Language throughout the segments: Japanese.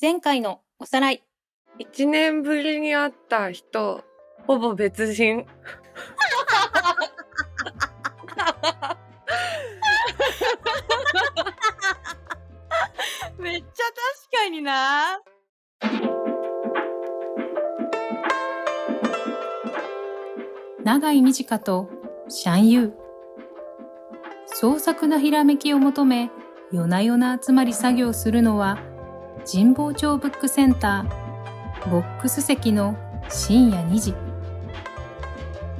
前回のおさらい。 1年ぶりに会った人ほぼ別人めっちゃ確かにな。長井美智香とシャンユー創作なひらめきを求め夜な夜な集まり作業するのは神保町ブックセンターボックス席の深夜2時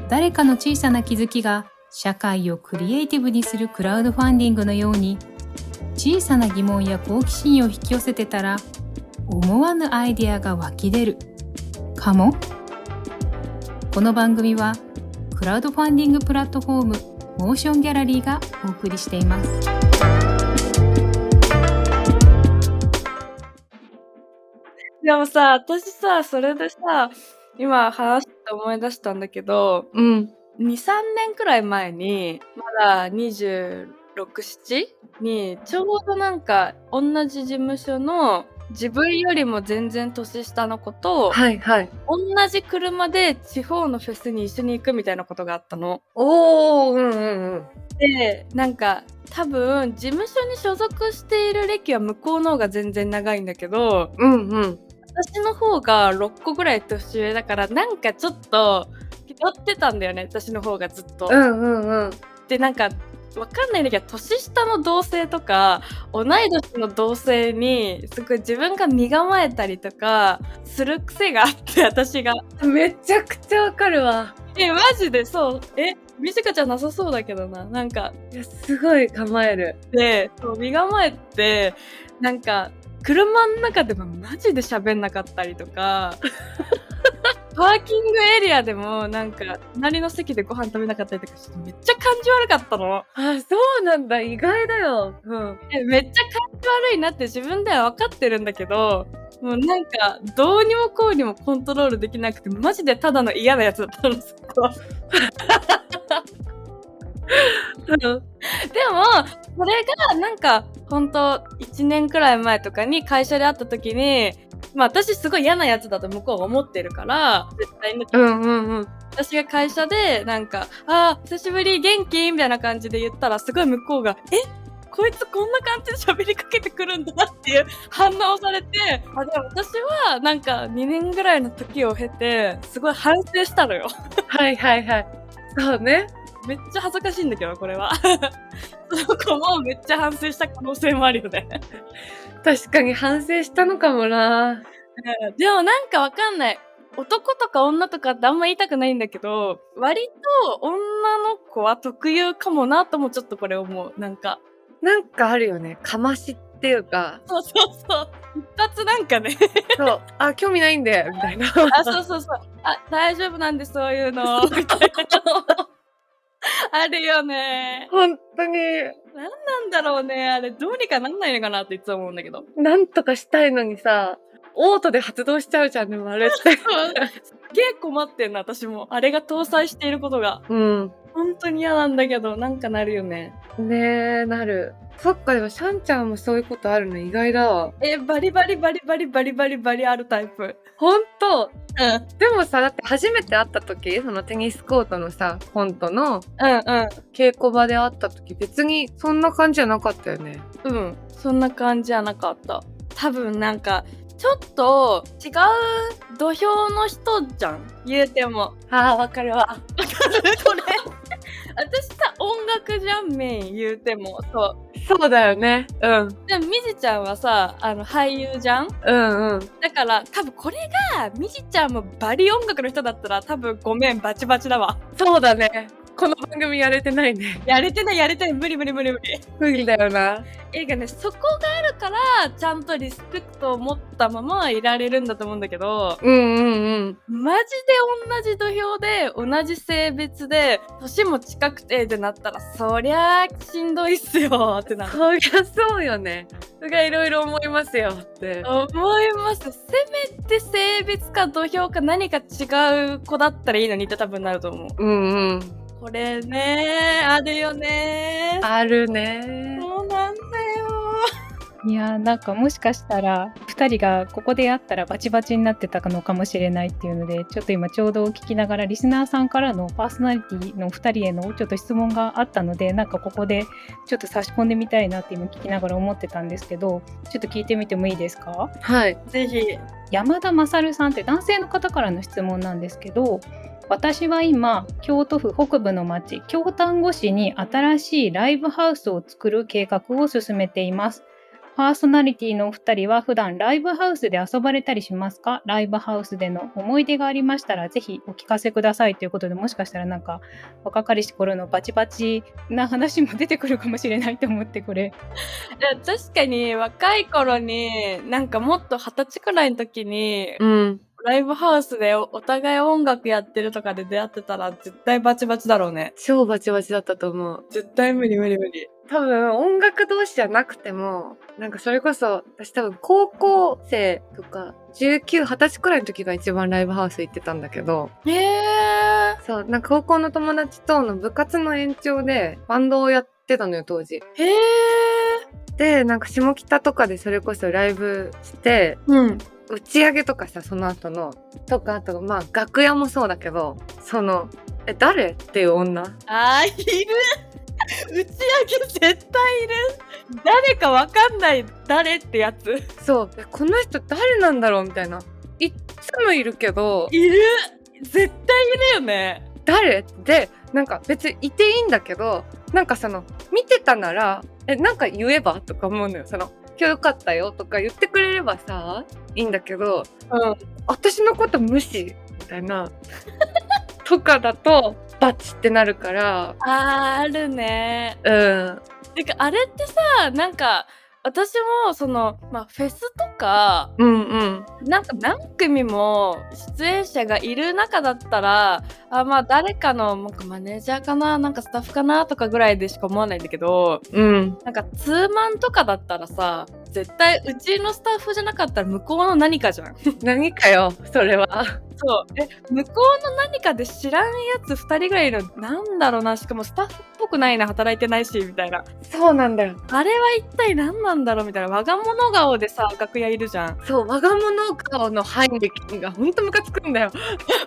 誰かの小さな気づきが社会をクリエイティブにするクラウドファンディングのように小さな疑問や好奇心を引き寄せてたら思わぬアイデアが湧き出るかもこの番組はクラウドファンディングプラットフォームモーションギャラリーがお送りしていますでもさ私さそれでさ今話して思い出したんだけどうん。 23年くらい前にまだ267にちょうどなんか同じ事務所の自分よりも全然年下の子とはいはい。同じ車で地方のフェスに一緒に行くみたいなことがあったの。おお、うんうんうん。でなんか多分事務所に所属している歴は向こうの方が全然長いんだけどうんうん。私の方が6個ぐらい年上だからなんかちょっと気取ってたんだよね私の方がずっと。うんうんうん。でなんかわかんないんだけど年下の同性とか同い年の同性にすごい自分が身構えたりとかする癖があって私が。めちゃくちゃわかるわ。えマジでそうえみちかちゃんなさそうだけどななんかいや、すごい構える。でそう身構えてなんか車の中でもマジで喋んなかったりとかパーキングエリアでもなんか隣の席でご飯食べなかったりとかしてめっちゃ感じ悪かったのあ、そうなんだ。意外だよ。うん。えめっちゃ感じ悪いなって自分では分かってるんだけどもうなんかどうにもこうにもコントロールできなくてマジでただの嫌なやつだったのそこは うんでもそれがなんか本当1年くらい前とかに会社で会った時にまあ私すごい嫌なやつだと向こうが思ってるから絶対にうんうんうん。私が会社でなんか「あー久しぶり元気?」みたいな感じで言ったらすごい向こうが「えこいつこんな感じで喋りかけてくるんだな」っていう反応をされてあでも私はなんか2年ぐらいの時を経てすごい反省したのよ。 はいはいはい。そうね。めっちゃ恥ずかしいんだけどこれは。 その子もめっちゃ反省した可能性もあるよね。 確かに反省したのかもな。でもなんかわかんない。男とか女とかってあんま言いたくないんだけど、割と女の子は特有かもなともちょっとこれ思う。なんか。なんかあるよね。かましっていうか、そうそうそう。一発なんかね。そう、あ、興味ないんで、みたいな。あ、そうそうそう。あ、大丈夫なんでそういうの。みたいな。あるよね。本当に、なんだろうね。あれ、どうにかなんないのかなっていつも思うんだけ ど。なんとかしたいのにさ、オートで発動しちゃうじゃん、でもあれって。すっげえ困ってんな、私も。あれが搭載していることが。 うん。本当に嫌なんだけど、なんかなるよね。ねえ、なる。そっか、でも、シャンちゃんもそういうことあるの意外だわ。え、バリバリバリバリバリバリバリあるタイプ。ほんとうん。でもさ、だって初めて会った時、そのテニスコートのさ、コントのう稽古場で会った時、別にそんな感じじゃなかったよね。んうん。うん。そんな感じじゃなかった。多分なんか、ちょっと違う土俵の人じゃん。言うても。ああ、わかるわ。これ。私さ、音楽じゃん、メイン言うても。そそうだよね。うん。う。でも、みじちゃんはさ、あの、俳優じゃんうんうん。だから、多分これが、みじちゃんもバリ音楽の人だったら、多分ごめん、バチバチだわ。そうだね。この番組やれてないね。やれてない、やれてない、無理無理無理無理。無理だよな。映画ねそこがあるからちゃんとリスペクトを持ったままいられるんだと思うんだけどうんうんうん。マジで同じ土俵で同じ性別で年も近くてでなったらそりゃあしんどいっすよってなるそりゃそうよね。それがいろいろ思いますよって。思いますせめて性別か土俵か何か違う子だったらいいのにって多分なると思ううんうん。これねあるよねあるね。そうなんだよいやーなんかもしかしたら2人がここで会ったらバチバチになってたのかもしれないっていうのでちょっと今ちょうど聞きながらリスナーさんからのパーソナリティの2人へのちょっと質問があったのでなんかここでちょっと差し込んでみたいなって今聞きながら思ってたんですけどちょっと聞いてみてもいいですかはい。ぜひ。山田勝さんって男性の方からの質問なんですけど私は今京都府北部の町京丹後市に新しいライブハウスを作る計画を進めていますパーソナリティのお二人は普段ライブハウスで遊ばれたりしますかライブハウスでの思い出がありましたらぜひお聞かせくださいということでもしかしたらなんか若かりし頃のバチバチな話も出てくるかもしれないと思ってこれいや確かに若い頃になんかもっと二十歳くらいの時に、うん。ライブハウスでおお互い音楽やってるとかで出会ってたら絶対バチバチだろうね。超バチバチだったと思う。絶対無理無理無理。多分音楽同士じゃなくても、なんかそれこそ、私多分高校生とか、19、20歳くらいの時が一番ライブハウス行ってたんだけど、へえそう、なんか高校の友達との部活の延長でバンドをやってたのよ、当時。ー。へえで、なんか下北とかでそれこそライブして、うん。打ち上げとかさその後のとかあとまあ楽屋もそうだけどその「え誰?」っていう女あーいる 打ち上げ絶対いる誰かわかんない誰ってやつそうえこの人誰なんだろうみたいないっつもいるけどいる絶対いるよね誰でなんか別にいていいんだけどなんかその見てたなら「えなんか言えば?」とか思うのよその「今日よかったよ」とか言ってくれればさいいんだけどうん私のこと無視みたい なとかだとバチってなるからあーあるねうんてかあれってさなんか私もその、まあ、フェスとかうんうんなんか何組も出演者がいる中だったらあまあ誰かのなんかマネージャーかななんかスタッフかなとかぐらいでしか思わないんだけどうんなんかツーマンとかだったらさ絶対うちのスタッフじゃなかったら向こうの何かじゃ ん。そう何かよそれはえ向こうの何かで知らんやつ2人ぐらいいるのなんだろうなしかもスタッフっぽくないな働いてないしみたいなそうなんだよあれは一体何なんだろうみたいな我が物顔でさ楽屋いる じゃん。そう我が物顔のハイネケンがほんとムカつくんだよ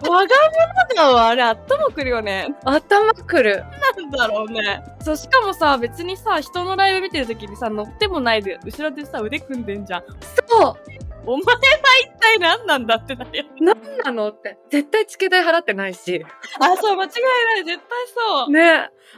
我が物顔はあれ頭くるよね。頭くるなんだろうね。そう、しかもさ、別にさ、人のライブ見てるときにさ、乗ってもないで、後ろでさ、腕組んでんじゃん。そお前は一体何なんだってなるよ。うなのって絶対チケ代払ってないし あ、そう、間違いない。絶対そう。ね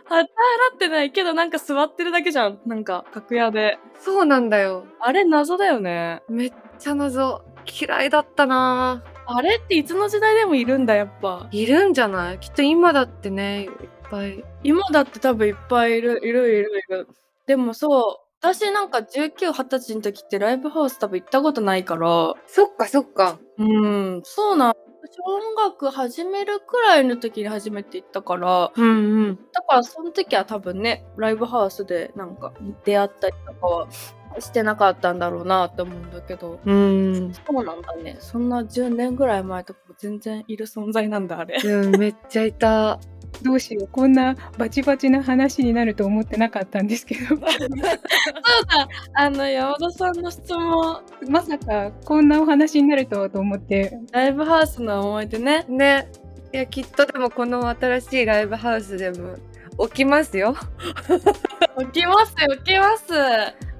は払ってないけど、なんか座ってるだけじゃん。なんか、楽屋で。そうなんだよあれ、謎だよね。めっちゃ謎嫌いだったなあれっていつの時代でもいるんだ、やっぱ。いるんじゃないきっと今だってねいっぱい今だって多分いっぱいいる、いる、いる、いる。でもそう、私なんか19、20歳の時ってライブハウス多分行ったことないから、そっかそっかうん、そうなん。私音楽始めるくらいの時に初めて行ったから、うんうんだからその時は多分ね、ライブハウスでなんか出会ったりとかはしてなかったんだろうなって思うんだけど、うん、そうなんだね。そんな10年ぐらい前とか全然いる存在なんだ、あれ。うん、めっちゃいたどうしようこんなバチバチな話になると思ってなかったんですけど。そうだ、 あの、山田さんの質問、まさかこんなお話になるとはと思ってライブハウスの思い出 ね。ねいやきっとでもこの新しいライブハウスでも起きますよ起きます、起きます。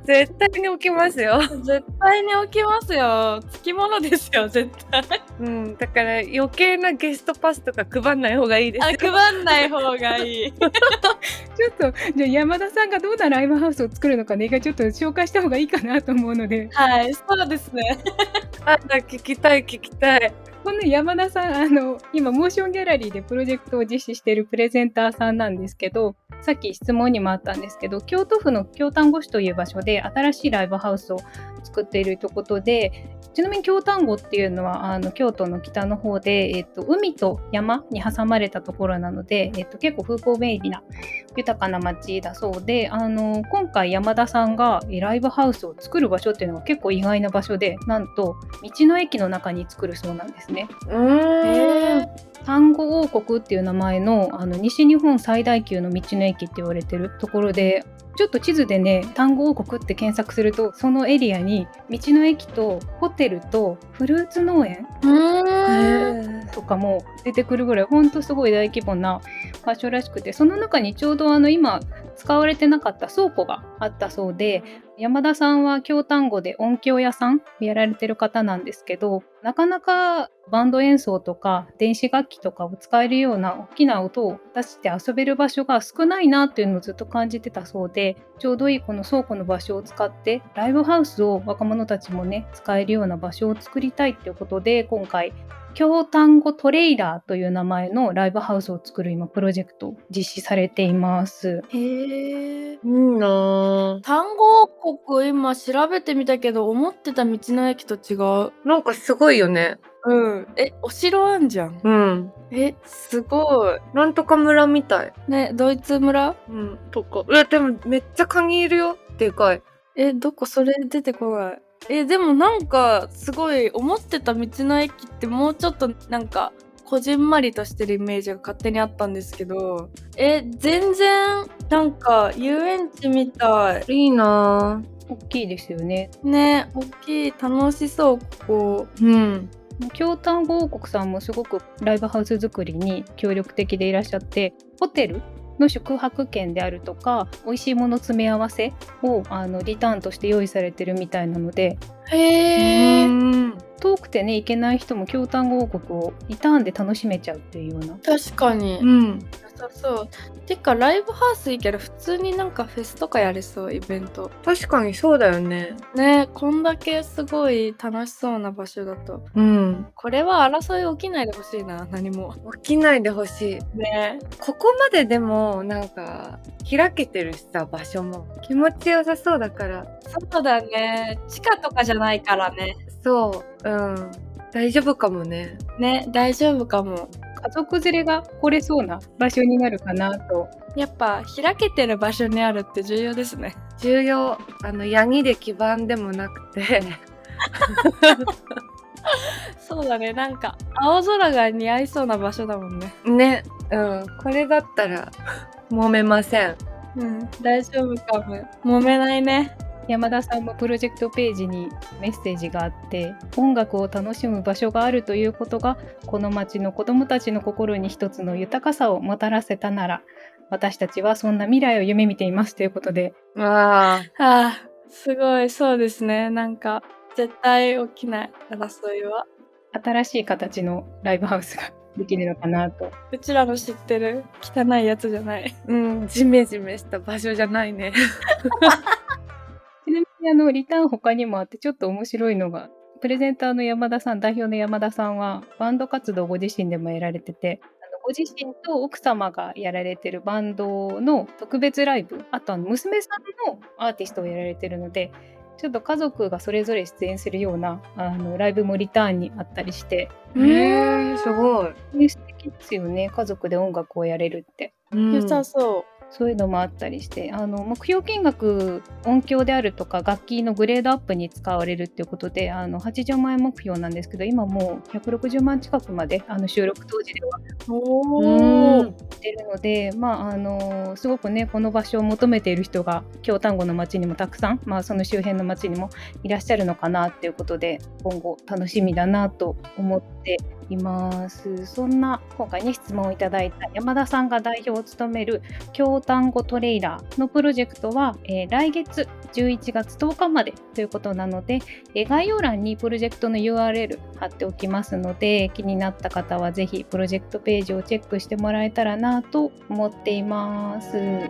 絶対に起きますよ絶対に起きますよ。つきものですよ、絶 対。うん、だから余計なゲストパスとか配んない方がいいであ、す。配んない方がいい。ちょっとじゃあ山田さんがどんなライブハウスを作るのかねがちょっと紹介した方がいいかなと思うので はい、そうですね。あら聞きたい聞きたい。こんな山田さんあの今モーションギャラリーでプロジェクトを実施しているプレゼンターさんなんですけどさっき質問にもあったんですけど京都府の京丹後市という場所で新しいライブハウスを作っているということでちなみに京丹後っていうのはあの京都の北の方で、えっと、海と山に挟まれたところなので、えっと、結構風光明媚な豊かな町だそうであの今回山田さんがえライブハウスを作る場所っていうのは結構意外な場所でなんと道の駅の中に作るそうなんですね。うーん。丹後王国っていう名前のあの西日本最大級の道の駅って言われてるところでちょっと地図でね単語王国って検索するとそのエリアに道の駅とホテルとフルーツ農園うん。とかも出てくるぐらいほんとすごい大規模な場所らしくてその中にちょうどあの今使われてなかった倉庫があったそうで山田さんは京丹後で音響屋さんやられてる方なんですけどなかなかバンド演奏とか電子楽器とかを使えるような大きな音を出して遊べる場所が少ないなっていうのをずっと感じてたそうでちょうどいいこの倉庫の場所を使ってライブハウスを若者たちもね使えるような場所を作りたいっていうことで今回京丹後トレイラーという名前のライブハウスを作る今プロジェクトを実施されています。へえ。いいなぁ単語王国今調べてみたけど思ってた道の駅と違う。なんかすごいよね。うん。え、お城あんじゃん。うん。え、すごい。なんとか村みたい。ね、ドイツ村うん。とか。うわ、でもめっちゃカニいるよ。でかい。え、どこそれ出てこない。え、でもなんかすごい思ってた道の駅ってもうちょっとなんかこじんまりとしてるイメージが勝手にあったんですけど、え、全然なんか遊園地みたい。いいな大きいですよね。ね、大きい、楽しそう、ここ。ぁうん。京丹後王国さんもすごくライブハウス作りに協力的でいらっしゃってホテルの宿泊券であるとか美味しいもの詰め合わせをあのリターンとして用意されてるみたいなのでへえ。うん遠くてね行けない人も京丹後王国をリターンで楽しめちゃうっていうような確かに。うん。良さそう。てかライブハウスいいけど普通になんかフェスとかやれそうイベント。確かにそうだよね。ねこんだけすごい楽しそうな場所だと。うん。これは争い起きないでほしいな何も。起きないでほしい。ねここまででも、なんか、開けてるしさ、場所も。気持ちよさそうだから。そうだね。地下とかじゃないからね。そう。うん。大丈夫かもね。ね大丈夫かも。家族連れが来れそうな場所になるかなとやっぱ開けてる場所にあるって重要ですね。 重要。あの、ヤギで基盤でもなくて。そうだねなんか青空が似合いそうな場所だもんね。ね。うん。これだったら、揉めません。うん大丈夫かも。揉めないね。山田さんもプロジェクトページにメッセージがあって音楽を楽しむ場所があるということがこの町の子どもたちの心に一つの豊かさをもたらせたなら私たちはそんな未来を夢見ていますということでああ。ああすごいそうですねなんか絶対起きない争いは。新しい形のライブハウスができるのかなとうちらの知ってる汚いやつじゃない。うん、ジメジメした場所じゃない ね。ちなみにあのリターン他にもあってちょっと面白いのがプレゼンターの山田さん代表の山田さんはバンド活動をご自身でもやられててあのご自身と奥様がやられてるバンドの特別ライブあとあの娘さんのアーティストをやられてるのでちょっと家族がそれぞれ出演するようなあのライブもリターンにあったりしてへえ、すごい。ね素敵ですよね家族で音楽をやれるって。うん良さそそういうのもあったりしてあの目標金額音響であるとか楽器のグレードアップに使われるっていうことであの80万円目標なんですけど今もう160万近くまであの収録当時ではう。うおん。行ってるので、まあ、あのすごくねこの場所を求めている人が京丹後の町にもたくさん、まあ、その周辺の町にもいらっしゃるのかなっていうことで今後楽しみだなと思っていますそんな今回ね質問をいただいた山田さんが代表を務める京丹後トレイラーのプロジェクトは、えー来月11月10日までということなので、えー概要欄にプロジェクトの URL 貼っておきますので気になった方はぜひプロジェクトページをチェックしてもらえたらなと思っています。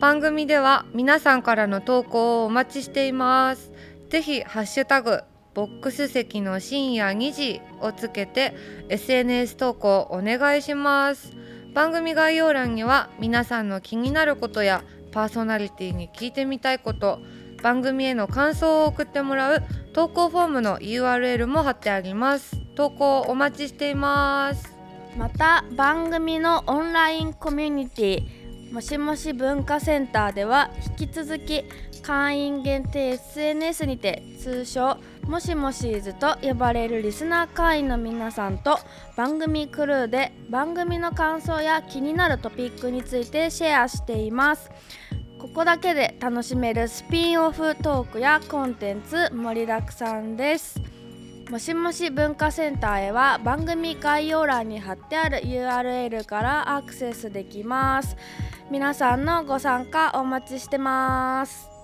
番組では皆さんからの投稿をお待ちしています。ぜひハッシュタグボックス席の深夜2時をつけて SNS 投稿お願いします。番組概要欄には皆さんの気になることやパーソナリティに聞いてみたいこと、番組への感想を送ってもらう投稿フォームの URL も貼ってあります。投稿お待ちしています。また番組のオンラインコミュニティもしもし文化センターでは引き続き会員限定 SNS にて通称「もしもしーずと呼ばれるリスナー会員の皆さんと番組クルーで番組の感想や気になるトピックについてシェアしていますここだけで楽しめるスピンオフトークやコンテンツ盛りだくさんですもしもし文化センターへは番組概要欄に貼ってある URL からアクセスできます皆さんのご参加お待ちしてます